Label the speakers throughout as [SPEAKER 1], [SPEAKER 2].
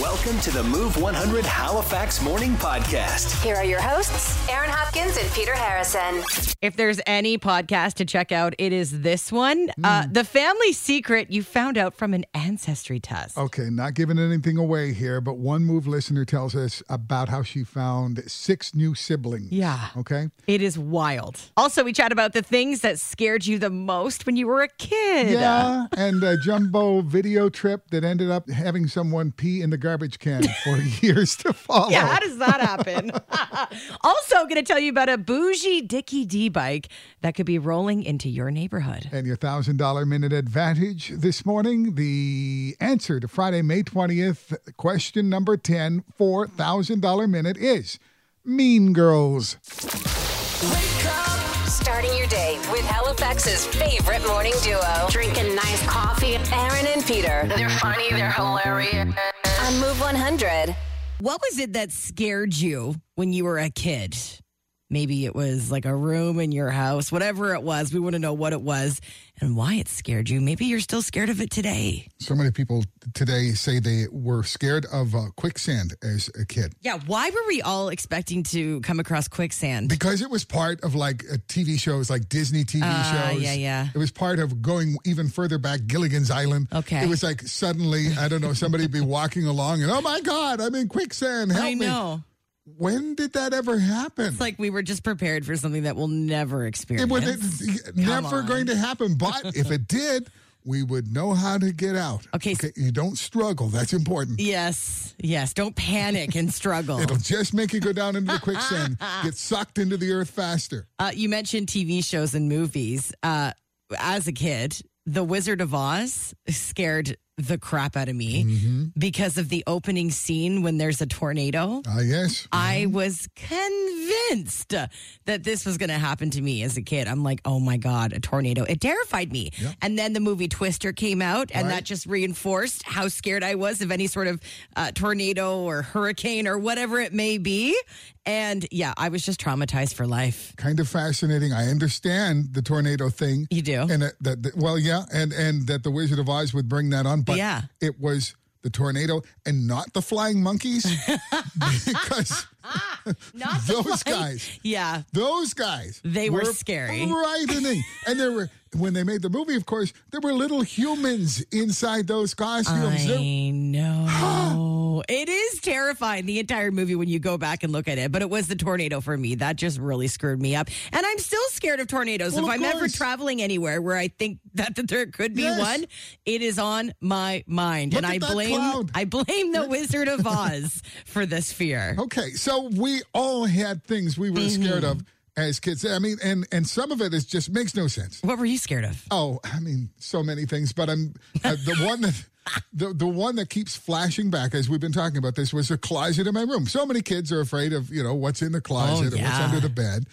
[SPEAKER 1] Welcome to the Move 100 Halifax Morning Podcast.
[SPEAKER 2] Here are your hosts, Aaron Hopkins and Peter Harrison.
[SPEAKER 3] If there's any podcast to check out, it is this one. Uh, the family secret you found out from an ancestry test.
[SPEAKER 4] Oh.
[SPEAKER 5] Okay, not giving anything away here, but one move listener tells us about how she found six new siblings.
[SPEAKER 3] Yeah.
[SPEAKER 5] Okay.
[SPEAKER 3] It is wild. Also, we chat about the things that scared you the most when you were a kid.
[SPEAKER 5] Yeah, and a jumbo video trip that ended up having someone pee in the garbage can for years to follow.
[SPEAKER 3] Yeah, how does that happen? also, going to tell you about a bougie Dickie D bike that could be rolling into your neighborhood.
[SPEAKER 5] and your $1,000 minute advantage this morning. The answer to Friday, May 20th, question number 10 for $1,000 minute is Mean Girls.
[SPEAKER 2] Starting your day with Halifax's favorite morning duo. Drinking nice coffee. Aaron and Peter.
[SPEAKER 6] They're funny, they're hilarious.
[SPEAKER 2] On Move 100.
[SPEAKER 3] What was it that scared you when you were a kid? Maybe it was like a room in your house, whatever it was. We want to know what it was and why it scared you. Maybe you're still scared of it today.
[SPEAKER 4] So many people today say they were scared of uh, quicksand as a kid
[SPEAKER 3] Yeah, why were we all expecting to come across quicksand?
[SPEAKER 4] because it was part of like uh, TV shows, like Disney TV
[SPEAKER 3] Ah,
[SPEAKER 4] shows.
[SPEAKER 3] yeah, yeah.
[SPEAKER 4] It was part of going even further back, Gilligan's Island.
[SPEAKER 3] Okay.
[SPEAKER 4] It was like suddenly, I don't know, somebody would be walking along and, oh my God, I'm in quicksand. Help
[SPEAKER 3] I know.
[SPEAKER 4] me. When did that ever happen?
[SPEAKER 3] It's like we were just prepared for something that we'll never
[SPEAKER 4] it
[SPEAKER 3] experience.
[SPEAKER 4] was it, never
[SPEAKER 3] on.
[SPEAKER 4] going to happen. But if it did, we would know how to get out.
[SPEAKER 3] Okay, so-
[SPEAKER 4] okay you don't struggle. That's important.
[SPEAKER 3] yes, yes. Don't panic and struggle.
[SPEAKER 4] It'll just make you go down into the quicksand, get sucked into the earth faster.
[SPEAKER 3] Uh, you mentioned TV shows and movies. Uh, as a kid, The Wizard of Oz scared the crap out of me because of the opening scene when there's a tornado.
[SPEAKER 4] Ah, yes.
[SPEAKER 3] I was convinced that this was going to happen to me as a kid. I'm like, oh my God, a tornado. It terrified me. And then the movie Twister came out, and that just reinforced how scared I was of any sort of uh, tornado or hurricane or whatever it may be. And yeah, I was just traumatized for life.
[SPEAKER 4] Kind of fascinating. I understand the tornado thing.
[SPEAKER 3] You do?
[SPEAKER 4] And that, that, that- well, yeah, and and that the Wizard of Oz would bring that on, but
[SPEAKER 3] Yeah.
[SPEAKER 4] it was the tornado and not the flying monkeys because
[SPEAKER 3] Not the
[SPEAKER 4] those
[SPEAKER 3] flight.
[SPEAKER 4] guys
[SPEAKER 3] Yeah.
[SPEAKER 4] Those guys.
[SPEAKER 3] They were scary.
[SPEAKER 4] Frightening. and there were, when they made the movie, of course, there were little humans inside those costumes. They're-
[SPEAKER 3] I know. it is terrifying, the entire movie, when you go back and look at it. But it was the tornado for me. That just really screwed me up. And I'm still scared of tornadoes. if
[SPEAKER 4] Well, of
[SPEAKER 3] I'm ever
[SPEAKER 4] course.
[SPEAKER 3] traveling anywhere where I think that, that there could be
[SPEAKER 4] Yes.
[SPEAKER 3] one, it is on my mind.
[SPEAKER 4] Look
[SPEAKER 3] and
[SPEAKER 4] at
[SPEAKER 3] I
[SPEAKER 4] that
[SPEAKER 3] blame
[SPEAKER 4] cloud.
[SPEAKER 3] I blame the Wizard of Oz for this fear.
[SPEAKER 4] Okay, so we all had things we were scared
[SPEAKER 3] Mm-hmm.
[SPEAKER 4] of as kids. I mean, and and some of it is just makes no sense.
[SPEAKER 3] What were you scared of?
[SPEAKER 4] Oh, I mean, so many things, but I'm uh, the one that the the one that keeps flashing back as we've been talking about this was the closet in my room. So many kids are afraid of you know what's in the closet or
[SPEAKER 3] yeah.
[SPEAKER 4] what's under the bed.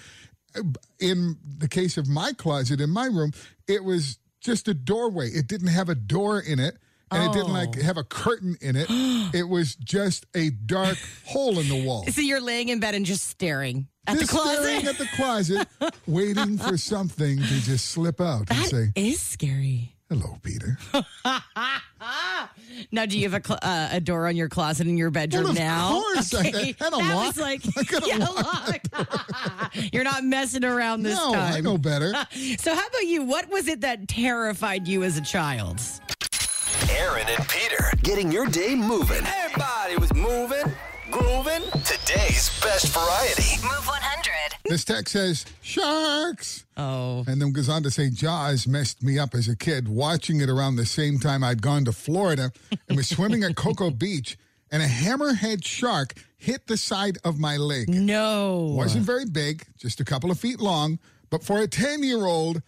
[SPEAKER 4] In the case of my closet in my room, it was just a doorway. It didn't have a door in it. And it didn't like
[SPEAKER 3] Oh.
[SPEAKER 4] have a curtain in it. It was just a dark hole in the wall
[SPEAKER 3] So you're laying in bed and just staring at
[SPEAKER 4] Oh. just
[SPEAKER 3] the closet.
[SPEAKER 4] staring at the closet, waiting for something to just slip out and say,
[SPEAKER 3] That is scary.
[SPEAKER 4] "Hello, Peter."
[SPEAKER 3] Ah! Now, do you have a cl- uh, a door on your closet in your bedroom
[SPEAKER 4] Well, of
[SPEAKER 3] now?
[SPEAKER 4] course. I- I had a
[SPEAKER 3] that
[SPEAKER 4] lock.
[SPEAKER 3] was like
[SPEAKER 4] I got a
[SPEAKER 3] yeah, lock. You're not messing around this
[SPEAKER 4] no,
[SPEAKER 3] time.
[SPEAKER 4] I know better.
[SPEAKER 3] So, how about you? What was it that terrified you as a child?
[SPEAKER 1] Aaron and Peter getting your day moving. Everybody was moving, grooving. Today's best variety.
[SPEAKER 2] Move 100.
[SPEAKER 4] This text says sharks,
[SPEAKER 3] Oh,
[SPEAKER 4] and then goes on to say Jaws messed me up as a kid watching it around the same time I'd gone to Florida and was swimming at Cocoa Beach, and a hammerhead shark hit the side of my leg.
[SPEAKER 3] no.
[SPEAKER 4] wasn't very big, just a couple of feet long, but for a ten-year-old,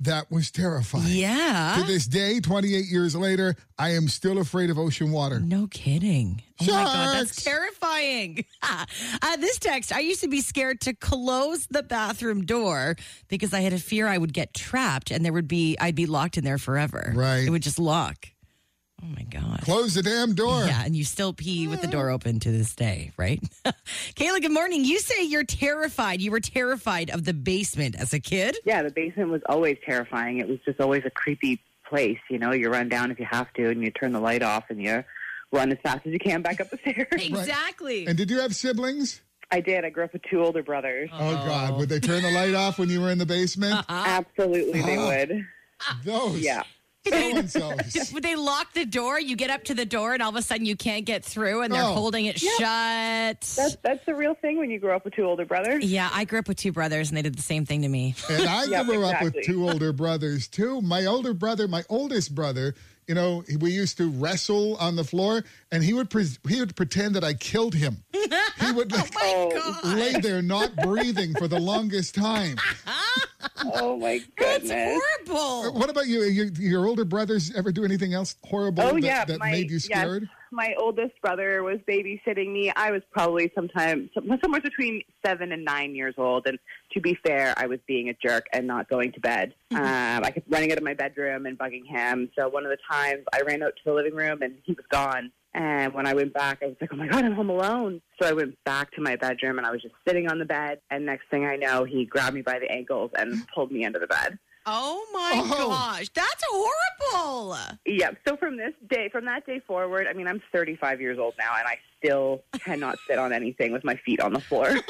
[SPEAKER 4] that was terrifying.
[SPEAKER 3] Yeah.
[SPEAKER 4] To this day, 28 years later, I am still afraid of ocean water.
[SPEAKER 3] No kidding. Oh my God, that's
[SPEAKER 4] Sharks.
[SPEAKER 3] terrifying. uh, this text I used to be scared to close the bathroom door because I had a fear I would get trapped and there would be, I'd be locked in there forever.
[SPEAKER 4] Right.
[SPEAKER 3] It would just lock. Oh my God.
[SPEAKER 4] Close the damn door.
[SPEAKER 3] Yeah, and you still pee with the
[SPEAKER 4] Mm.
[SPEAKER 3] door open to this day, right? Kayla, good morning. You say you're terrified. You were terrified of the basement as a kid.
[SPEAKER 7] Yeah, the basement was always terrifying. It was just always a creepy place. You know, you run down if you have to, and you turn the light off, and you
[SPEAKER 8] run as fast as you can back up the stairs.
[SPEAKER 3] Exactly.
[SPEAKER 4] And did you have siblings?
[SPEAKER 8] I did. I grew up with two older brothers.
[SPEAKER 4] Oh, God. Would they turn the light off when you were in the basement?
[SPEAKER 8] Absolutely, they would.
[SPEAKER 4] Those.
[SPEAKER 8] Yeah.
[SPEAKER 4] So and so's.
[SPEAKER 3] Would they lock the door? You get up to the door, and all of a sudden you can't get through, and they're
[SPEAKER 4] Oh.
[SPEAKER 3] holding it shut.
[SPEAKER 8] That's that's the real thing when you grow up with two older brothers.
[SPEAKER 3] yeah, I grew up with two brothers, and they did the same thing to me.
[SPEAKER 4] And I
[SPEAKER 8] Yep,
[SPEAKER 4] grew up with
[SPEAKER 8] exactly.
[SPEAKER 4] two older brothers too. My older brother, my oldest brother, you know, we used to wrestle on the floor, and he would pre- he would pretend that I killed him. He would like
[SPEAKER 8] Oh,
[SPEAKER 4] lay there not breathing for the longest time.
[SPEAKER 8] Oh my
[SPEAKER 3] That's
[SPEAKER 8] goodness.
[SPEAKER 3] horrible.
[SPEAKER 4] What about you? Your, your older brothers ever do anything else horrible
[SPEAKER 8] Oh
[SPEAKER 4] that,
[SPEAKER 8] yeah,
[SPEAKER 4] that
[SPEAKER 8] my
[SPEAKER 4] made you
[SPEAKER 8] yes,
[SPEAKER 4] scared?
[SPEAKER 8] my oldest brother was babysitting me. I was probably sometime some- somewhere between seven and nine years old. And to be fair, I was being a jerk and not going to bed. Um, I kept running out of my bedroom and bugging him. So one of the times, I ran out to the living room and he was gone. And when I went back, I was like, "Oh my god, I'm home alone." So I went back to my bedroom and I was just sitting on the bed. And next thing I know, he grabbed me by the ankles and pulled me under the bed.
[SPEAKER 3] Oh my
[SPEAKER 4] Oh.
[SPEAKER 3] gosh, that's horrible.
[SPEAKER 8] Yep. So from this day, from that day forward, I mean, I'm 35 years old now, and I still cannot sit on anything with my feet on the floor.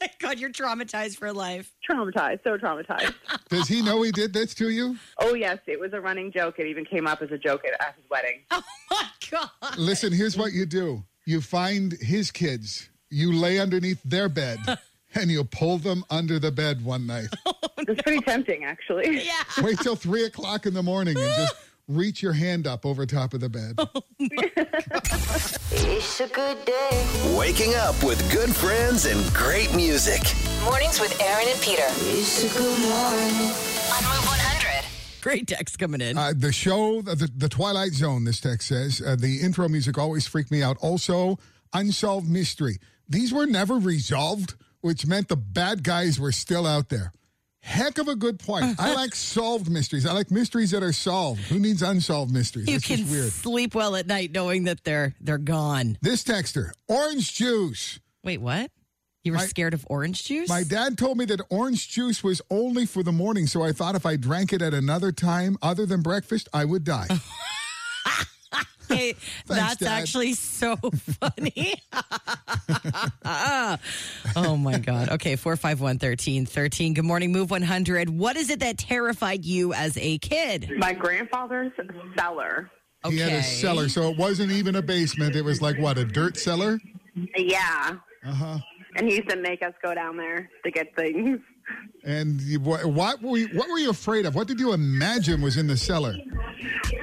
[SPEAKER 3] My God, you're traumatized for life.
[SPEAKER 8] traumatized, so traumatized.
[SPEAKER 4] Does he know he did this to you?
[SPEAKER 8] Oh yes, it was a running joke. It even came up as a joke at, at his wedding.
[SPEAKER 3] Oh my God.
[SPEAKER 4] Listen, here's what you do: you find his kids, you lay underneath their bed, and you pull them under the bed one night.
[SPEAKER 8] It was pretty tempting, actually.
[SPEAKER 3] Yeah.
[SPEAKER 4] Wait till three o'clock in the morning and just reach your hand up over top of the bed.
[SPEAKER 3] Oh.
[SPEAKER 2] It's a good day.
[SPEAKER 1] Waking up with good friends and great music.
[SPEAKER 2] Mornings with Aaron and Peter. It's a good morning. On Move 100.
[SPEAKER 3] Great text coming in.
[SPEAKER 4] Uh, the show, the, the Twilight Zone, this text says, uh, the intro music always freaked me out. Also, Unsolved Mystery. These were never resolved, which meant the bad guys were still out there. Heck of a good point. I like solved mysteries. I like mysteries that are solved. Who needs unsolved mysteries?
[SPEAKER 3] you
[SPEAKER 4] That's
[SPEAKER 3] can
[SPEAKER 4] just weird.
[SPEAKER 3] sleep well at night knowing that they're they're gone.
[SPEAKER 4] This texter, orange juice.
[SPEAKER 3] Wait, what? You were
[SPEAKER 4] My-
[SPEAKER 3] scared of orange juice?
[SPEAKER 4] My dad told me that orange juice was only for the morning, so I thought if I drank it at another time other than breakfast, I would die.
[SPEAKER 3] Okay, that's
[SPEAKER 4] Dad.
[SPEAKER 3] actually so funny. oh my God. Okay, 451 13 13. Good morning, Move 100. What is it that terrified you as a kid?
[SPEAKER 8] My grandfather's cellar.
[SPEAKER 3] Okay.
[SPEAKER 4] He had a cellar, so it wasn't even a basement. It was like what a dirt cellar.
[SPEAKER 9] Yeah. Uh huh.
[SPEAKER 3] Uh-huh.
[SPEAKER 9] And he used to make us go down there to get things.
[SPEAKER 4] And you, what, what were you, what were you afraid of? What did you imagine was in the cellar?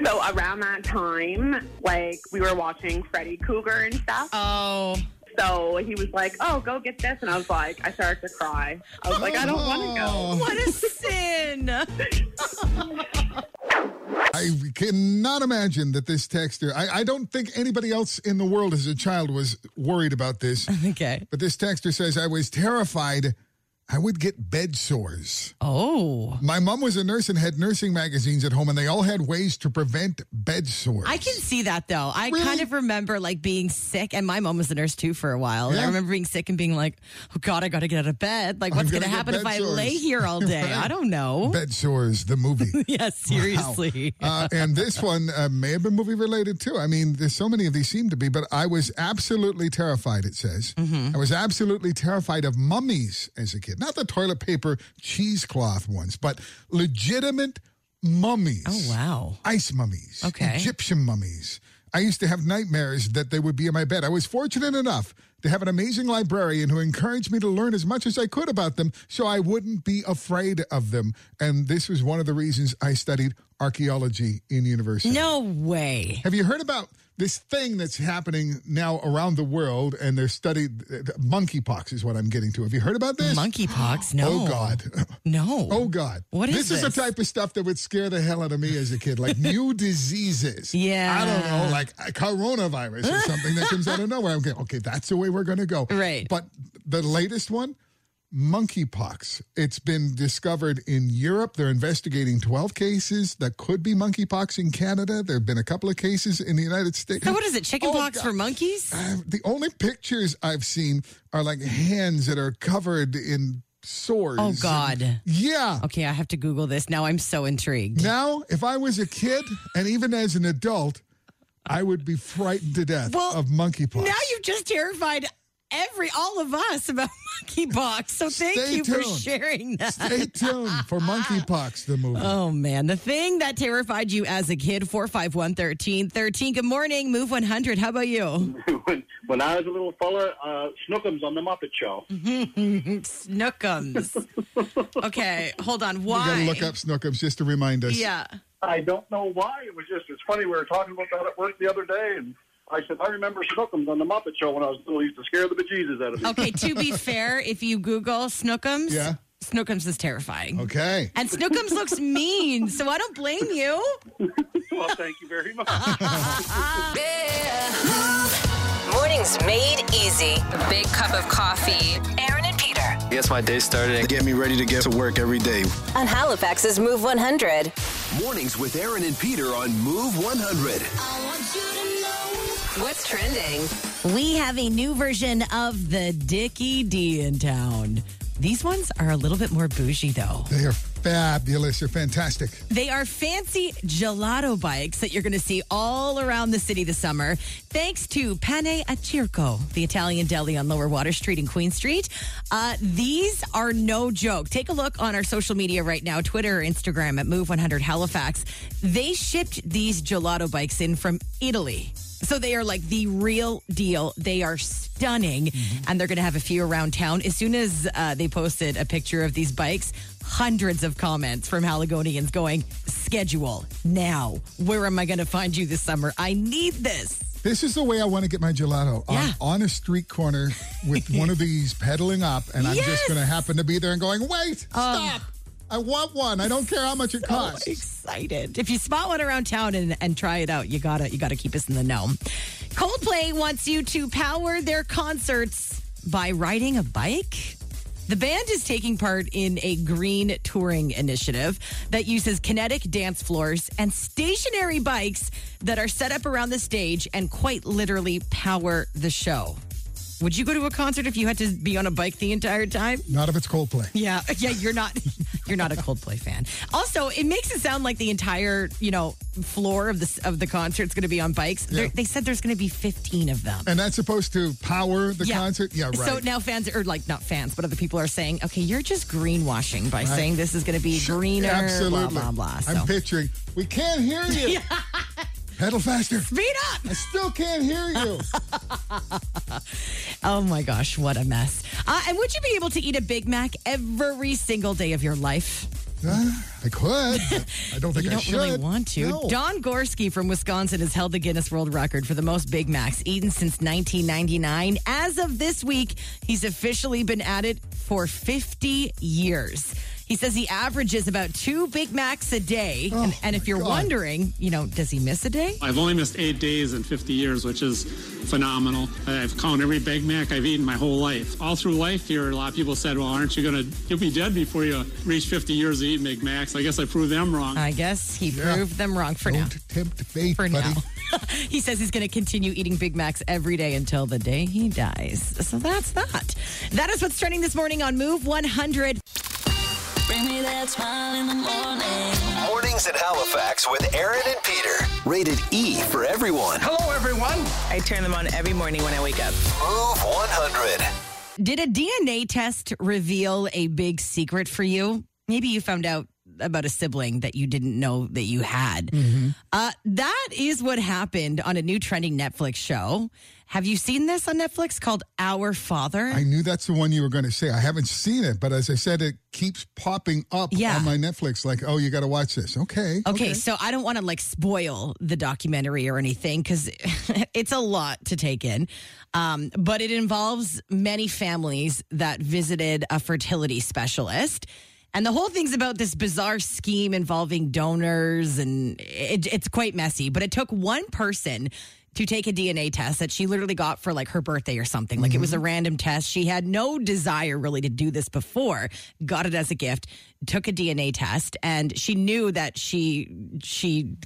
[SPEAKER 9] So around that time, like we were watching Freddy Cougar and stuff.
[SPEAKER 3] Oh,
[SPEAKER 9] So he was like, "Oh, go get this," and I was like, I started to cry. I was like, "I don't
[SPEAKER 3] Oh.
[SPEAKER 9] want to go."
[SPEAKER 4] Oh,
[SPEAKER 3] what a sin.
[SPEAKER 4] I cannot imagine that this texter. I, I don't think anybody else in the world as a child was worried about this.
[SPEAKER 3] Okay.
[SPEAKER 4] But this texter says I was terrified. I would get bed sores.
[SPEAKER 3] Oh,
[SPEAKER 4] My mom was a nurse and had nursing magazines at home, and they all had ways to prevent bed sores.
[SPEAKER 3] I can see that though. I
[SPEAKER 4] Really?
[SPEAKER 3] kind of remember like being sick, and my mom was a nurse too for a while. And I
[SPEAKER 4] Yeah.
[SPEAKER 3] remember being sick and being like, oh God, I got to get out of bed. Like,
[SPEAKER 4] I'm
[SPEAKER 3] what's going
[SPEAKER 4] gonna
[SPEAKER 3] to
[SPEAKER 4] get
[SPEAKER 3] happen if
[SPEAKER 4] bed
[SPEAKER 3] I
[SPEAKER 4] sores.
[SPEAKER 3] lay here all day?
[SPEAKER 4] Right.
[SPEAKER 3] I don't know.
[SPEAKER 4] Bed sores, the movie.
[SPEAKER 3] yeah, seriously.
[SPEAKER 4] Uh, and this one uh, may have been movie related too. I mean, there's so many of these seem to be, but I was absolutely terrified, it says.
[SPEAKER 3] Mm-hmm.
[SPEAKER 4] I was absolutely terrified of mummies as a kid. Not the toilet paper cheesecloth ones, but legitimate mummies.
[SPEAKER 3] Oh, wow.
[SPEAKER 4] Ice mummies.
[SPEAKER 3] Okay.
[SPEAKER 4] Egyptian mummies. I used to have nightmares that they would be in my bed. I was fortunate enough to have an amazing librarian who encouraged me to learn as much as I could about them so I wouldn't be afraid of them. And this was one of the reasons I studied archaeology in university.
[SPEAKER 3] No way.
[SPEAKER 4] Have you heard about this thing that's happening now around the world and they're studied uh, monkeypox is what I'm getting to. Have you heard about this?
[SPEAKER 3] Monkeypox? No.
[SPEAKER 4] Oh God.
[SPEAKER 3] No.
[SPEAKER 4] Oh God.
[SPEAKER 3] What is
[SPEAKER 4] This is
[SPEAKER 3] this?
[SPEAKER 4] the type of stuff that would scare the hell out of me as a kid. Like new diseases.
[SPEAKER 3] Yeah.
[SPEAKER 4] I don't know, like a coronavirus or something that comes out of nowhere. I'm going, okay, that's the way we're gonna go.
[SPEAKER 3] Right.
[SPEAKER 4] But the latest one, monkeypox. It's been discovered in Europe. They're investigating 12 cases that could be monkeypox in Canada. There have been a couple of cases in the United States.
[SPEAKER 3] So what is it? Chickenpox
[SPEAKER 4] Oh, God.
[SPEAKER 3] for monkeys?
[SPEAKER 4] I've- the only pictures I've seen are like hands that are covered in sores.
[SPEAKER 3] Oh God.
[SPEAKER 4] Yeah.
[SPEAKER 3] Okay, I have to Google this now. I'm so intrigued.
[SPEAKER 4] Now, if I was a kid and even as an adult, I would be frightened to death
[SPEAKER 3] Well,
[SPEAKER 4] of monkeypox.
[SPEAKER 3] Now you've just terrified every all of us about monkeypox. So thank
[SPEAKER 4] Stay
[SPEAKER 3] you for
[SPEAKER 4] tuned.
[SPEAKER 3] sharing that.
[SPEAKER 4] Stay tuned for Monkeypox, the movie.
[SPEAKER 3] Oh man, the thing that terrified you as a kid, 451-1313. Good morning, Move 100. How about you?
[SPEAKER 10] when, when I was a little fella, uh, Snookums on the Muppet Show.
[SPEAKER 3] Snookums. Okay, hold on.
[SPEAKER 4] we
[SPEAKER 3] Why?
[SPEAKER 4] gotta look up Snookums just to remind us.
[SPEAKER 3] Yeah.
[SPEAKER 10] I don't know why. It was just, it's funny. We were talking about that at work the other day, and I said, I remember Snookums on the Muppet Show when I was little. It used to scare the bejesus out of me.
[SPEAKER 3] Okay, to be fair, if you Google Snookums,
[SPEAKER 4] Yeah.
[SPEAKER 3] Snookums is terrifying.
[SPEAKER 4] Okay.
[SPEAKER 3] And Snookums looks mean, so I don't blame you.
[SPEAKER 10] well, thank you very much.
[SPEAKER 2] Mornings made easy. A big cup of coffee. Aaron and Peter
[SPEAKER 1] Gets my day started and get me ready to get to work every day.
[SPEAKER 2] on Halifax's Move 100.
[SPEAKER 1] Mornings with Aaron and Peter on Move 100.
[SPEAKER 2] What's trending?
[SPEAKER 3] We have a new version of the Dickie D in town. These ones are a little bit more bougie though.
[SPEAKER 4] They are fabulous. They're fantastic.
[SPEAKER 3] They are fancy gelato bikes that you're going to see all around the city this summer, thanks to Pane a Circo, the Italian deli on Lower Water Street and Queen Street. Uh, these are no joke. Take a look on our social media right now Twitter or Instagram at Move100 Halifax. They shipped these gelato bikes in from Italy. So they are like the real deal. They are stunning, and they're going to have a few around town. As soon as uh, they posted a picture of these bikes, hundreds of comments from Haligonians going, "Schedule now. Where am I going to find you this summer? I need this."
[SPEAKER 4] This is the way I want to get my gelato on-
[SPEAKER 3] Yeah.
[SPEAKER 4] on, a street corner with one of these pedaling up, and I'm
[SPEAKER 3] Yes. Oh.
[SPEAKER 4] just going to happen to be there and going, wait, stop. I want one. I don't care how much it costs.
[SPEAKER 3] excited. If you spot one around town and, and try it out, you gotta you gotta keep us in the know. Coldplay wants you to power their concerts by riding a bike. The band is taking part in a green touring initiative that uses kinetic dance floors and stationary bikes that are set up around the stage and quite literally power the show. Would you go to a concert if you had to be on a bike the entire time?
[SPEAKER 4] Not if it's Coldplay.
[SPEAKER 3] Yeah, yeah, you're not you're not a Coldplay fan. Also, it makes it sound like the entire, you know, floor of the of the concert's going to be on bikes. They're They said there's going to be 15 of them.
[SPEAKER 4] And that's supposed to power the concert? Yeah, right.
[SPEAKER 3] So now fans or like not fans, but other people are saying, "Okay, you're just greenwashing by saying this is going to be greener,
[SPEAKER 4] Absolutely.
[SPEAKER 3] blah blah blah." So
[SPEAKER 4] I'm picturing, we can't hear you. Pedal faster.
[SPEAKER 3] speed up.
[SPEAKER 4] I still can't hear you.
[SPEAKER 3] Oh my gosh, what a mess. Uh, and would you be able to eat a Big Mac every single day of your life?
[SPEAKER 4] Uh, I could. but I don't think
[SPEAKER 3] You
[SPEAKER 4] I
[SPEAKER 3] don't
[SPEAKER 4] should.
[SPEAKER 3] really want to.
[SPEAKER 4] No.
[SPEAKER 3] Don Gorski from Wisconsin has held the Guinness World Record for the most Big Macs eaten since 1999. As of this week, he's officially been at it for 50 years. He says he averages about two Big Macs a day. and, and if you're
[SPEAKER 4] Oh, God.
[SPEAKER 3] wondering, you know, does he miss a day?
[SPEAKER 11] I've only missed eight days in 50 years, which is phenomenal. I've counted every Big Mac I've eaten my whole life. All through life here, a lot of people said, well, aren't you going to, you'll be dead before you reach 50 years of eating Big Macs. I guess I proved them wrong.
[SPEAKER 3] I guess he proved them wrong for now.
[SPEAKER 4] Don't tempt fate,
[SPEAKER 3] For
[SPEAKER 4] buddy.
[SPEAKER 3] now. he says he's going to continue eating Big Macs every day until the day he dies. So that's that. That is what's trending this morning on Move 100.
[SPEAKER 1] Mornings in Halifax with Aaron and Peter. Rated E for everyone.
[SPEAKER 10] Hello, everyone.
[SPEAKER 12] I turn them on every morning when I wake up.
[SPEAKER 1] Move 100.
[SPEAKER 3] Did a DNA test reveal a big secret for you? Maybe you found out about a sibling that you didn't know that you had. Uh, that is what happened on a new trending Netflix show. Have you seen this on Netflix called Our Father?
[SPEAKER 4] I knew that's the one you were going to say. I haven't seen it, but as I said, it keeps popping up
[SPEAKER 3] Yeah.
[SPEAKER 4] on my Netflix. Like, oh, you got to watch this. Okay.
[SPEAKER 3] Okay, so I don't want to like spoil the documentary or anything because it's a lot to take in. Um, but it involves many families that visited a fertility specialist. And the whole thing's about this bizarre scheme involving donors, and it, it's quite messy. But it took one person to take a DNA test that she literally got for like her birthday or something. Like it was a random test. She had no desire really to do this before. Got it as a gift, took a DNA test, and she knew that she she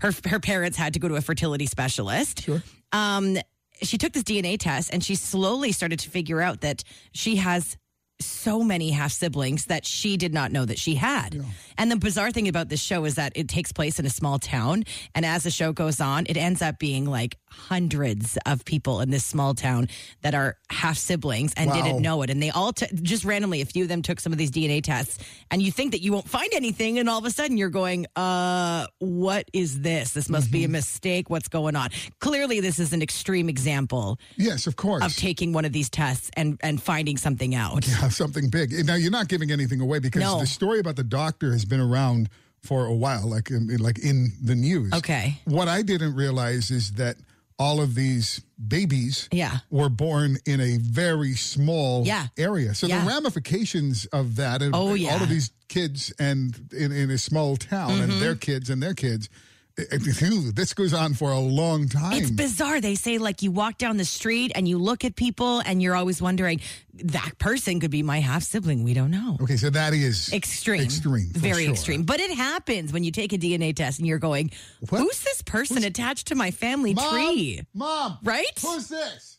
[SPEAKER 3] her her parents had to go to a fertility specialist. Sure. Um she took this DNA test and she slowly started to figure out that she has so many half siblings that she did not know that she had. And the bizarre thing about this show is that it takes place in a small town. And as the show goes on, it ends up being like hundreds of people in this small town that are half siblings and didn't know it. And they all t- just randomly, a few of them took some of these DNA tests. And you think that you won't find anything. And all of a sudden you're going, uh, what is this? This must be a mistake. What's going on? Clearly, this is an extreme example
[SPEAKER 4] Yes, of course.
[SPEAKER 3] of taking one of these tests and, and finding something out.
[SPEAKER 4] Yeah, something big. Now you're not giving anything away because
[SPEAKER 3] No.
[SPEAKER 4] the story about the doctor has been around for a while, like in, like in the news.
[SPEAKER 3] Okay.
[SPEAKER 4] What I didn't realize is that all of these babies
[SPEAKER 3] Yeah.
[SPEAKER 4] were born in a very small
[SPEAKER 3] Yeah.
[SPEAKER 4] area. So
[SPEAKER 3] Yeah.
[SPEAKER 4] the ramifications of that and
[SPEAKER 3] Oh, yeah. Mm-hmm.
[SPEAKER 4] all of these kids and in, in a small town and their kids and their kids. it- it- this goes on for a long time.
[SPEAKER 3] It's bizarre. They say like you walk down the street and you look at people and you're always wondering that person could be my half sibling. We don't know.
[SPEAKER 4] okay, so that is
[SPEAKER 3] Extreme.
[SPEAKER 4] Extreme. for
[SPEAKER 3] Very
[SPEAKER 4] sure.
[SPEAKER 3] extreme. But it happens when you take a DNA test and you're going,
[SPEAKER 4] What?
[SPEAKER 3] who's this person attached to my family
[SPEAKER 4] Mom,
[SPEAKER 3] tree?
[SPEAKER 4] Mom.
[SPEAKER 3] Right?
[SPEAKER 4] Who's this?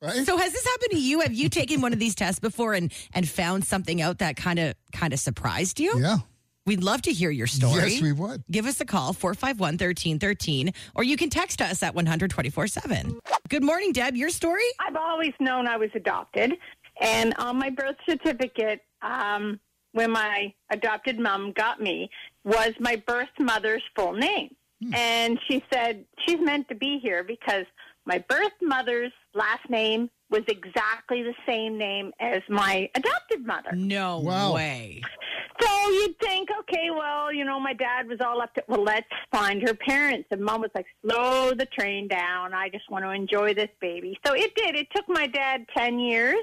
[SPEAKER 4] Right?
[SPEAKER 3] So has this happened to you? Have you taken one of these tests before and and found something out that kind of kind of surprised you?
[SPEAKER 4] yeah.
[SPEAKER 3] We'd love to hear your story.
[SPEAKER 4] Yes, we would.
[SPEAKER 3] Give us a call 451 1313 or you can text us at 124 7. Good morning, Deb. Your story?
[SPEAKER 8] I've always known I was adopted, and on my birth certificate, um, when my adopted mom got me, was my birth mother's full name. And she said she's meant to be here because my birth mother's last name was exactly the same name as my adopted mother.
[SPEAKER 3] No
[SPEAKER 4] Wow.
[SPEAKER 3] way.
[SPEAKER 8] So you'd think, okay, well, you know, my dad was all up to, well, let's find her parents. And mom was like, slow the train down. I just want to enjoy this baby. So it did. It took my dad 10 years,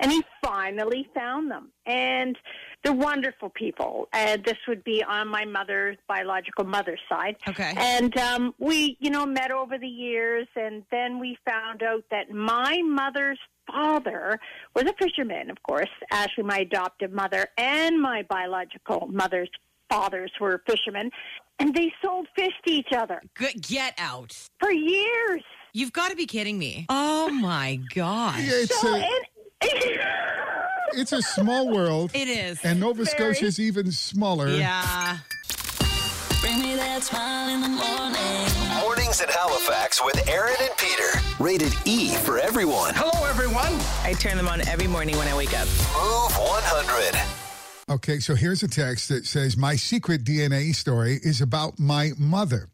[SPEAKER 8] and he finally found them. And they're wonderful people. And this would be on my mother's biological mother's side.
[SPEAKER 3] Okay.
[SPEAKER 8] And um, we, you know, met over the years, and then we found out that my mother's father was a fisherman, of course. Ashley, my adoptive mother, and my biological mother's fathers were fishermen, and they sold fish to each other
[SPEAKER 3] Good. Get out.
[SPEAKER 8] for years.
[SPEAKER 3] You've got to be kidding me. Oh my God.
[SPEAKER 4] Yeah, it's
[SPEAKER 8] So,
[SPEAKER 4] a
[SPEAKER 8] and,
[SPEAKER 4] it's a small world,
[SPEAKER 3] It is.
[SPEAKER 4] and Nova
[SPEAKER 8] Very.
[SPEAKER 4] Scotia's even smaller.
[SPEAKER 3] yeah.
[SPEAKER 1] Mornings at Halifax with Aaron and Peter. Rated E for everyone.
[SPEAKER 12] Hello, everyone. I turn them on every morning when I wake up.
[SPEAKER 1] Move 100.
[SPEAKER 4] Okay, so here's a text that says My secret DNA story is about my mother.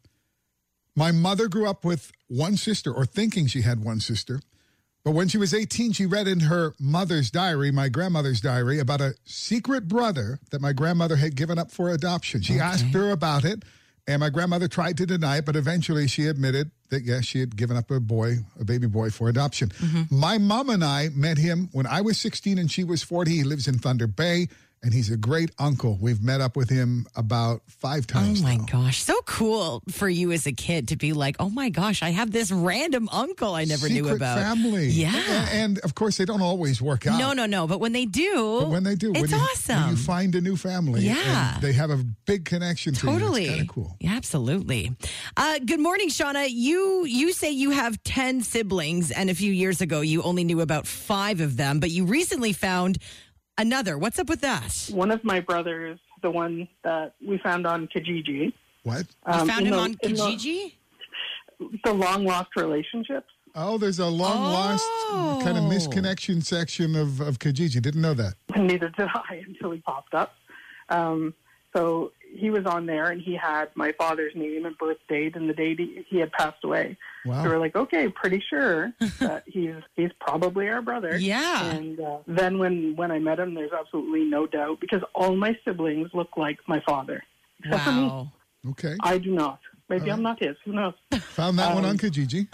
[SPEAKER 4] My mother grew up with one sister, or thinking she had one sister. But when she was 18, she read in her mother's diary, my grandmother's diary, about a secret brother that my grandmother had given up for adoption. She asked her about it, and my grandmother tried to deny it, but eventually she admitted that, yes, she had given up a boy, a baby boy, for adoption.
[SPEAKER 3] Mm-hmm.
[SPEAKER 4] My mom and I met him when I was 16 and she was 40. He lives in Thunder Bay, and he's a great uncle. We've met up with him about five
[SPEAKER 3] Oh
[SPEAKER 4] times.
[SPEAKER 3] my
[SPEAKER 4] now.
[SPEAKER 3] gosh. So cool for you as a kid to be like, oh my gosh, I have this random uncle I never
[SPEAKER 4] Secret
[SPEAKER 3] knew about.
[SPEAKER 4] family.
[SPEAKER 3] Yeah.
[SPEAKER 4] And, and of course, they don't always work out.
[SPEAKER 3] No, no, no. But when they do,
[SPEAKER 4] But when they do,
[SPEAKER 3] it's
[SPEAKER 4] when you,
[SPEAKER 3] awesome.
[SPEAKER 4] When you find a new family,
[SPEAKER 3] Yeah.
[SPEAKER 4] and they have a big connection to
[SPEAKER 3] Totally.
[SPEAKER 4] you. It's kind of cool.
[SPEAKER 3] Yeah, absolutely. Uh, good morning, Shauna. You you say you have ten siblings, and a few years ago you only knew about five of them, but you recently found another. What's up with that?
[SPEAKER 6] One of my brothers, the one that we found on Kijiji.
[SPEAKER 4] What?
[SPEAKER 6] um,
[SPEAKER 3] you found
[SPEAKER 6] in
[SPEAKER 3] him
[SPEAKER 6] the-
[SPEAKER 3] on
[SPEAKER 6] in the-
[SPEAKER 3] Kijiji.
[SPEAKER 6] the long lost relationships.
[SPEAKER 4] Oh, there's a long lost kind of
[SPEAKER 3] Oh.
[SPEAKER 4] misconnection section of, of Kijiji. Didn't know that.
[SPEAKER 6] And neither did I until he popped up. Um, so he was on there, and he had my father's name and birth date and the date he, he had passed away.
[SPEAKER 4] Wow.
[SPEAKER 6] So we're like, okay, pretty sure that he's he's probably our brother.
[SPEAKER 3] Yeah.
[SPEAKER 6] And uh, then when when I met him, there's absolutely no doubt because all my siblings look like my father. Except for me.
[SPEAKER 3] Wow.
[SPEAKER 4] Okay.
[SPEAKER 6] I do not. Uh, Maybe I'm not his. Who knows? Um,
[SPEAKER 4] Found that one on Kijiji.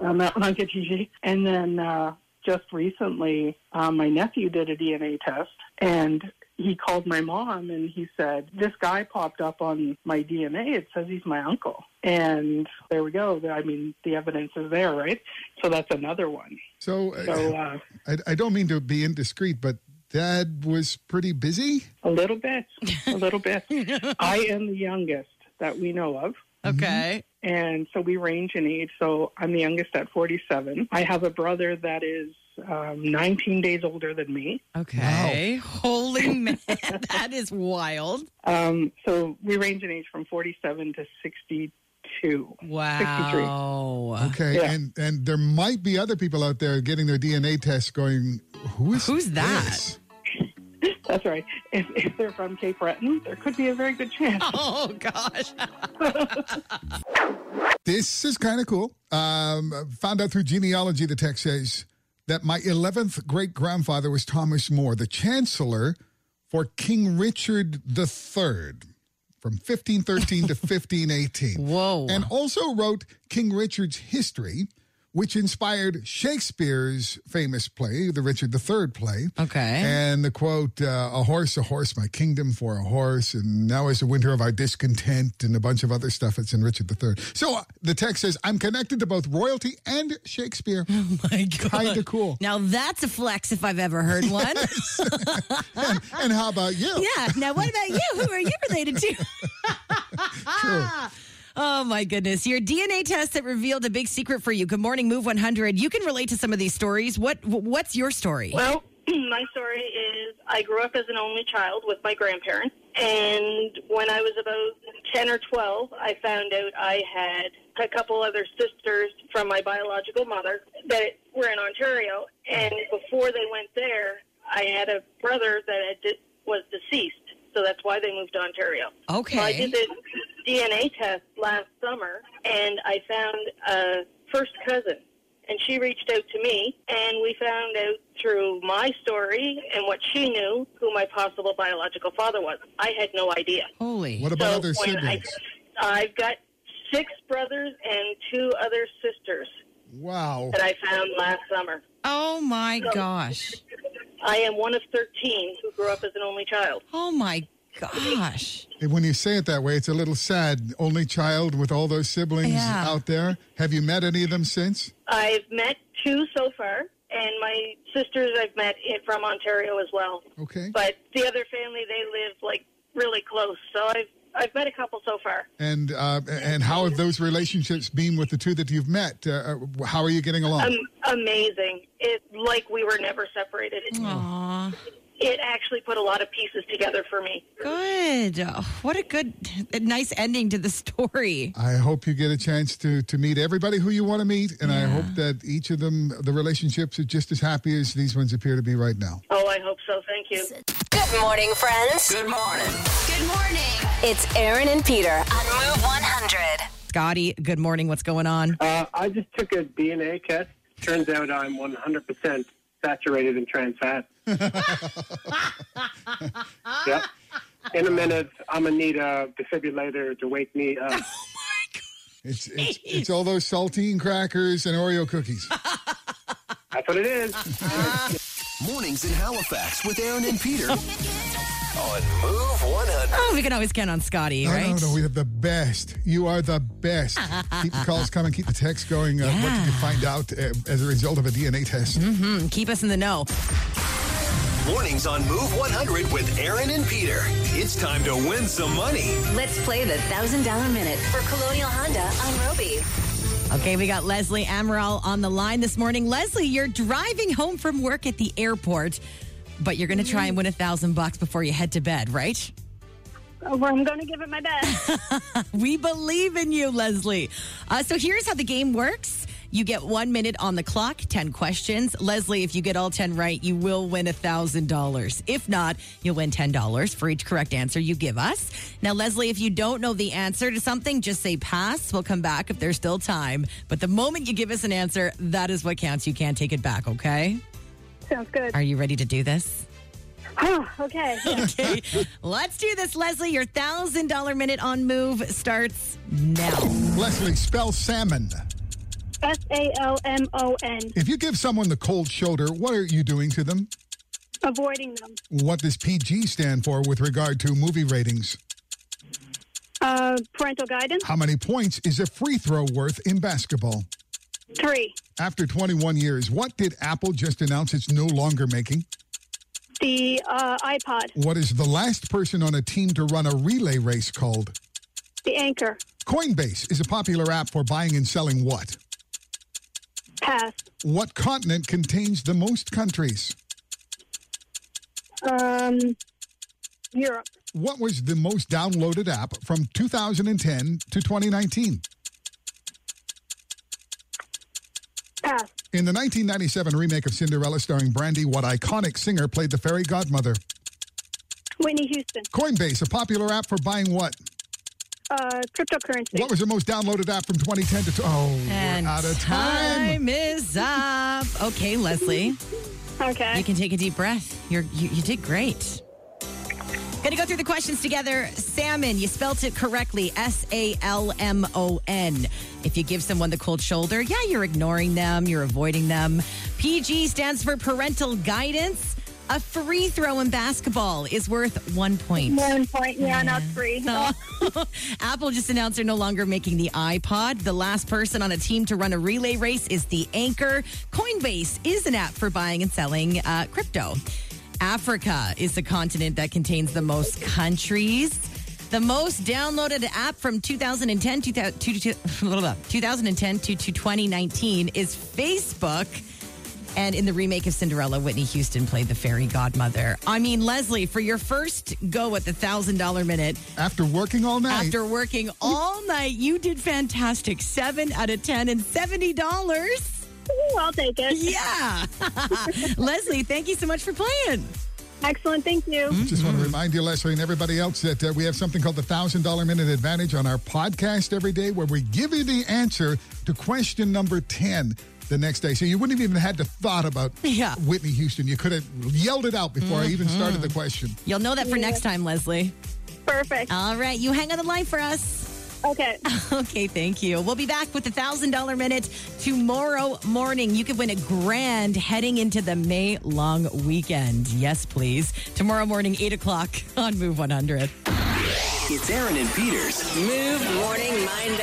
[SPEAKER 6] on that one on Kijiji. And then uh, just recently, uh, my nephew did a DNA test, and he called my mom and he said, "This guy popped up on my DNA. It says he's my uncle." And there we go. I mean, the evidence is there, right? So that's another one.
[SPEAKER 4] So, uh,
[SPEAKER 6] So uh,
[SPEAKER 4] I, I don't mean to be indiscreet, but Dad was pretty busy.
[SPEAKER 6] a little bit, a little bit. I am the youngest that we know of.
[SPEAKER 3] Okay.
[SPEAKER 6] and so we range in age. So I'm the youngest at 47. I have a brother that is um, 19 days older than me.
[SPEAKER 3] Okay. Holy man, that is wild.
[SPEAKER 6] Um, so we range in age from 47 to 62.
[SPEAKER 3] Wow.
[SPEAKER 4] Okay,
[SPEAKER 6] Yeah.
[SPEAKER 4] and and there might be other people out there getting their DNA tests, going, "Who is
[SPEAKER 3] Who's that?"
[SPEAKER 4] this?
[SPEAKER 6] That's right. If, if they're from Cape Breton, there could be a very good chance.
[SPEAKER 3] Oh, gosh.
[SPEAKER 4] This is kind of cool. Um, found out through genealogy, the text says that my 11th great grandfather was Thomas More, the chancellor for King Richard III from 1513 to 1518.
[SPEAKER 3] Whoa.
[SPEAKER 4] And also wrote King Richard's History, which inspired Shakespeare's famous play, the Richard III play.
[SPEAKER 3] Okay.
[SPEAKER 4] And the quote, uh, a horse, a horse, my kingdom for a horse, and now is the winter of our discontent, and a bunch of other stuff. It's in Richard III. So uh, the text says, I'm connected to both royalty and Shakespeare.
[SPEAKER 3] My God.
[SPEAKER 4] Kind of cool.
[SPEAKER 3] Now that's a flex if I've ever heard one.
[SPEAKER 4] And, and how about you?
[SPEAKER 3] yeah. Now what about you? Who are you related to? Oh my goodness. Your DNA test that revealed a big secret for you. Good morning, Move 100. You can relate to some of these stories. What what's your story?
[SPEAKER 8] Well, my story is I grew up as an only child with my grandparents, and when I was about 10 or 12, I found out I had a couple other sisters from my biological mother that were in Ontario, and before they went there, I had a brother that had di- was deceased, so that's why they moved to Ontario.
[SPEAKER 3] Okay.
[SPEAKER 8] So I did the DNA test last summer, and I found a first cousin, and she reached out to me, and we found out through my story and what she knew who my possible biological father was. I had no idea.
[SPEAKER 3] Holy.
[SPEAKER 4] What about
[SPEAKER 8] So
[SPEAKER 4] other
[SPEAKER 8] when I,
[SPEAKER 4] siblings?
[SPEAKER 8] I've got six brothers and two other sisters
[SPEAKER 4] Wow.
[SPEAKER 8] that I found last summer.
[SPEAKER 3] Oh my gosh.
[SPEAKER 8] I am one of 13 who grew up as an only child.
[SPEAKER 3] Oh my gosh.
[SPEAKER 4] When you say it that way, it's a little sad. Only child with all those siblings
[SPEAKER 3] Yeah.
[SPEAKER 4] out there. Have you met any of them since?
[SPEAKER 8] I've met two so far, and my sisters I've met in- from Ontario as well.
[SPEAKER 4] Okay.
[SPEAKER 8] But the other family, they live like really close, so I've I've met a couple so far.
[SPEAKER 4] And uh, and how have those relationships been with the two that you've met? Uh, uh, how are you getting along?
[SPEAKER 8] Um, amazing! It's like we were never separated. It,
[SPEAKER 3] Aw.
[SPEAKER 8] it actually put a lot of pieces together for me.
[SPEAKER 3] Good. Oh, what a good a nice ending to the story.
[SPEAKER 4] I hope you get a chance to to meet everybody who you want to meet, and I hope that each of them, the relationships are just as happy as these ones appear to be right now.
[SPEAKER 8] Oh, I hope so. Thank you.
[SPEAKER 2] Good morning, friends. Good morning. Good morning. It's Aaron and Peter on Move 100.
[SPEAKER 3] Scotty, good morning. What's going on?
[SPEAKER 10] Uh, I just took a DNA test. Turns out I'm 100% saturated in trans fat. yep. In a minute, I'm going to need a defibrillator to wake me up.
[SPEAKER 3] Oh,
[SPEAKER 4] It's it's, it's all those saltine crackers and Oreo cookies.
[SPEAKER 10] That's what it is.
[SPEAKER 1] Mornings in Halifax with Aaron and Peter on Move 100.
[SPEAKER 3] Oh, we can always count on Scotty,
[SPEAKER 4] No,
[SPEAKER 3] right?
[SPEAKER 4] no, no, we have the best. You are the best. keep the calls coming. Keep the texts going. Uh, What did you find out uh, as a result of a DNA test?
[SPEAKER 3] Keep us in the know.
[SPEAKER 1] Mornings on Move 100 with Aaron and Peter. It's time to win some money.
[SPEAKER 2] Let's play the $1,000 minute for Colonial Honda on Roby.
[SPEAKER 3] Okay, we got Leslie Amaral on the line this morning. Leslie, you're driving home from work at the airport, but you're going to try and win a thousand bucks before you head to bed, right?
[SPEAKER 13] Oh, I'm going to give it my best.
[SPEAKER 3] We believe in you, Leslie. Uh, so here's how the game works. You get one minute on the clock, 10 questions. Leslie, if you get all 10 right, you will win $1,000. If not, you'll win $10 for each correct answer you give us. Now, Leslie, if you don't know the answer to something, just say pass. We'll come back if there's still time. But the moment you give us an answer, that is what counts. You can't take it back, okay?
[SPEAKER 13] Sounds good.
[SPEAKER 3] Are you ready to do this?
[SPEAKER 13] Oh, okay. Yeah.
[SPEAKER 3] Okay. Let's do this, Leslie. Your $1,000 minute on move starts now.
[SPEAKER 4] Leslie, spell salmon.
[SPEAKER 13] S A L M O N.
[SPEAKER 4] If you give someone the cold shoulder, what are you doing to them?
[SPEAKER 13] Avoiding them.
[SPEAKER 4] What does PG stand for with regard to movie ratings?
[SPEAKER 13] Uh, parental guidance.
[SPEAKER 4] How many points is a free throw worth in basketball?
[SPEAKER 13] Three.
[SPEAKER 4] After 21 years, what did Apple just announce it's no longer making?
[SPEAKER 13] The uh, iPod.
[SPEAKER 4] What is the last person on a team to run a relay race called?
[SPEAKER 13] The anchor.
[SPEAKER 4] Coinbase is a popular app for buying and selling what?
[SPEAKER 14] Pass.
[SPEAKER 4] What continent contains the most countries?
[SPEAKER 14] Um, Europe.
[SPEAKER 4] What was the most downloaded app from 2010 to 2019?
[SPEAKER 14] Pass.
[SPEAKER 4] In the 1997 remake of Cinderella starring Brandy, what iconic singer played the fairy godmother?
[SPEAKER 14] Whitney Houston.
[SPEAKER 4] Coinbase, a popular app for buying what?
[SPEAKER 14] Uh, cryptocurrency.
[SPEAKER 4] What was the most downloaded app from 2010 to... Oh,
[SPEAKER 3] And
[SPEAKER 4] we're out of time.
[SPEAKER 3] is up. Okay, Leslie. okay. You can take a deep breath. You're, you you did great. Gonna go through the questions together. Salmon, you spelt it correctly. S A L M O N. If you give someone the cold shoulder, yeah, you're ignoring them, you're avoiding them. PG stands for parental guidance. A free throw in basketball is worth one point.
[SPEAKER 14] One point, yeah, not three.
[SPEAKER 3] Apple just announced they're no longer making the iPod. The last person on a team to run a relay race is the anchor. Coinbase is an app for buying and selling uh, crypto. Africa is the continent that contains the most countries. The most downloaded app from 2010 to, to, to, 2010 to, to 2019 is Facebook. And in the remake of Cinderella, Whitney Houston played the fairy godmother. I mean, Leslie, for your first go at the thousand dollar minute.
[SPEAKER 4] After working all night.
[SPEAKER 3] After working all night, you did fantastic. Seven out of ten and seventy dollars.
[SPEAKER 14] I'll take it.
[SPEAKER 3] Yeah. Leslie, thank you so much for playing.
[SPEAKER 14] Excellent. Thank you.
[SPEAKER 4] Just
[SPEAKER 3] Mm-hmm.
[SPEAKER 4] want to remind you, Leslie, and everybody else, that uh, we have something called the Thousand Dollar Minute Advantage on our podcast every day, where we give you the answer to question number ten the next day. So you wouldn't have even had to thought about
[SPEAKER 3] Yeah.
[SPEAKER 4] Whitney Houston. You could have yelled it out before I even started the
[SPEAKER 3] Mm-hmm.
[SPEAKER 4] question.
[SPEAKER 3] You'll know that for next time, Leslie.
[SPEAKER 14] Perfect.
[SPEAKER 4] Uh,
[SPEAKER 3] All right, you hang on the line for us.
[SPEAKER 14] Okay.
[SPEAKER 3] Okay, thank you. We'll be back with the $1,000 minute tomorrow morning. You could win a grand heading into the May long weekend. Yes, please. Tomorrow morning, 8 o'clock on Move 100.
[SPEAKER 1] It's Aaron and Peter's Move Morning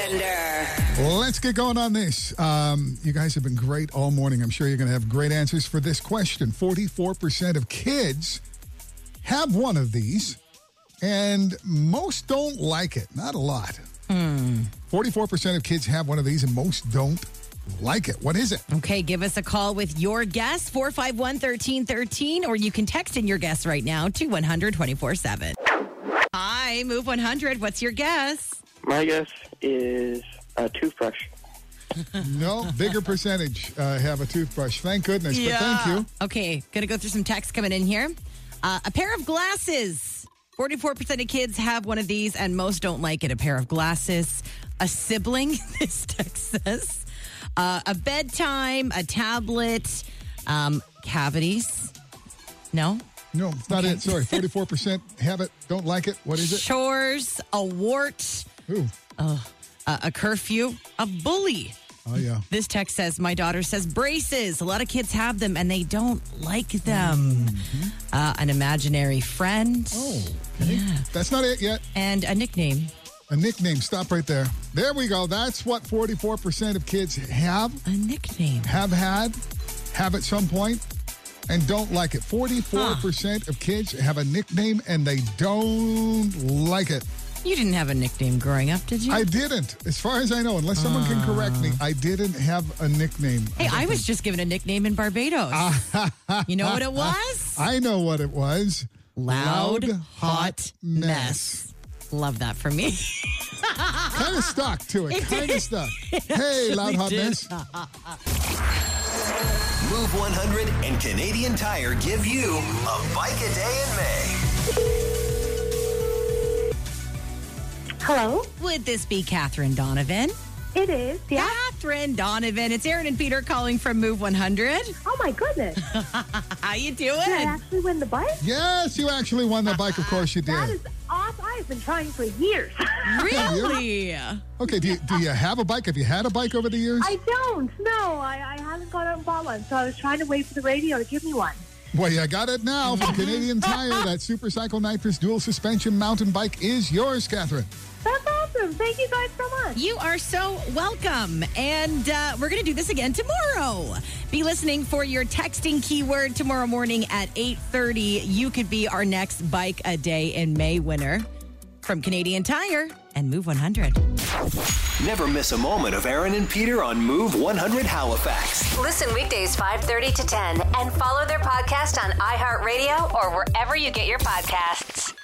[SPEAKER 1] Mindbender.
[SPEAKER 4] Let's get going on this. Um, you guys have been great all morning. I'm sure you're going to have great answers for this question. 44% of kids have one of these, and most don't like it. Not a lot. 44% of kids have one of these, and most don't like it. What is it?
[SPEAKER 3] Okay, give us a call with your guess, 451 1313, or you can text in your guess right now to 100 24 7. Hi, Move 100. What's your guess?
[SPEAKER 15] My guess is uh, a toothbrush.
[SPEAKER 4] No, bigger percentage uh, have a toothbrush. Thank goodness. But thank you.
[SPEAKER 3] Okay, gonna go through some texts coming in here. Uh, a pair of glasses. 44% of kids have one of these, and most don't like it. A pair of glasses. A sibling, this text says. Uh, a bedtime, a tablet, um, cavities. No?
[SPEAKER 4] No, it's not it. Sorry. 44% have it, don't like it. What is it?
[SPEAKER 3] Chores, a wart,
[SPEAKER 4] Ooh.
[SPEAKER 3] uh, a a curfew, a bully.
[SPEAKER 4] Oh, yeah.
[SPEAKER 3] This text says, My daughter says braces. A lot of kids have them and they don't like them. Uh, an imaginary friend.
[SPEAKER 4] Oh, yeah. That's not it yet.
[SPEAKER 3] And a nickname.
[SPEAKER 4] A nickname. Stop right there. There we go. That's what 44% of kids have,
[SPEAKER 3] A nickname.
[SPEAKER 4] have had, have at some point, and don't like it. 44% of kids have a nickname and they don't like it.
[SPEAKER 3] You didn't have a nickname growing up, did you?
[SPEAKER 4] I didn't, as far as I know, unless someone can correct me, I didn't have a nickname.
[SPEAKER 3] hey, I was just given a nickname in Barbados. you know what it was?
[SPEAKER 4] I know what it was.
[SPEAKER 3] Loud, hot mess. Love that for me.
[SPEAKER 4] kind of stuck to it. Kind of stuck. Hey, loud hot
[SPEAKER 3] did.
[SPEAKER 4] mess.
[SPEAKER 1] Move 100 and Canadian Tire give you a bike a day in May.
[SPEAKER 14] Hello.
[SPEAKER 3] Would this be Catherine Donovan?
[SPEAKER 14] It is. Yeah.
[SPEAKER 3] Catherine Donovan. It's Aaron and Peter calling from Move 100.
[SPEAKER 14] Oh my goodness.
[SPEAKER 3] How you doing?
[SPEAKER 14] Did I actually win the bike?
[SPEAKER 4] Yes, you actually won the bike. Of course you
[SPEAKER 14] That
[SPEAKER 4] did.
[SPEAKER 14] is awesome. I've been trying for years.
[SPEAKER 3] Really?
[SPEAKER 4] Okay, do you, do you have a bike? Have you had a bike over the years?
[SPEAKER 14] I don't. No, I, I haven't gone out and bought one, so I was trying to wait for the radio to give me one.
[SPEAKER 4] Well, you got it now from Canadian Tire. That Supercycle Nitrous dual suspension mountain bike is yours, Catherine.
[SPEAKER 14] That's awesome. Thank you guys so much.
[SPEAKER 3] You are so welcome. And uh, we're going to do this again tomorrow. Be listening for your texting keyword tomorrow morning at 8.30. You could be our next Bike a Day in May winner from Canadian Tire and Move 100.
[SPEAKER 1] Never miss a moment of Aaron and Peter on Move 100 Halifax.
[SPEAKER 2] Listen weekdays 5:30 to 10 and follow their podcast on iHeartRadio or wherever you get your podcasts.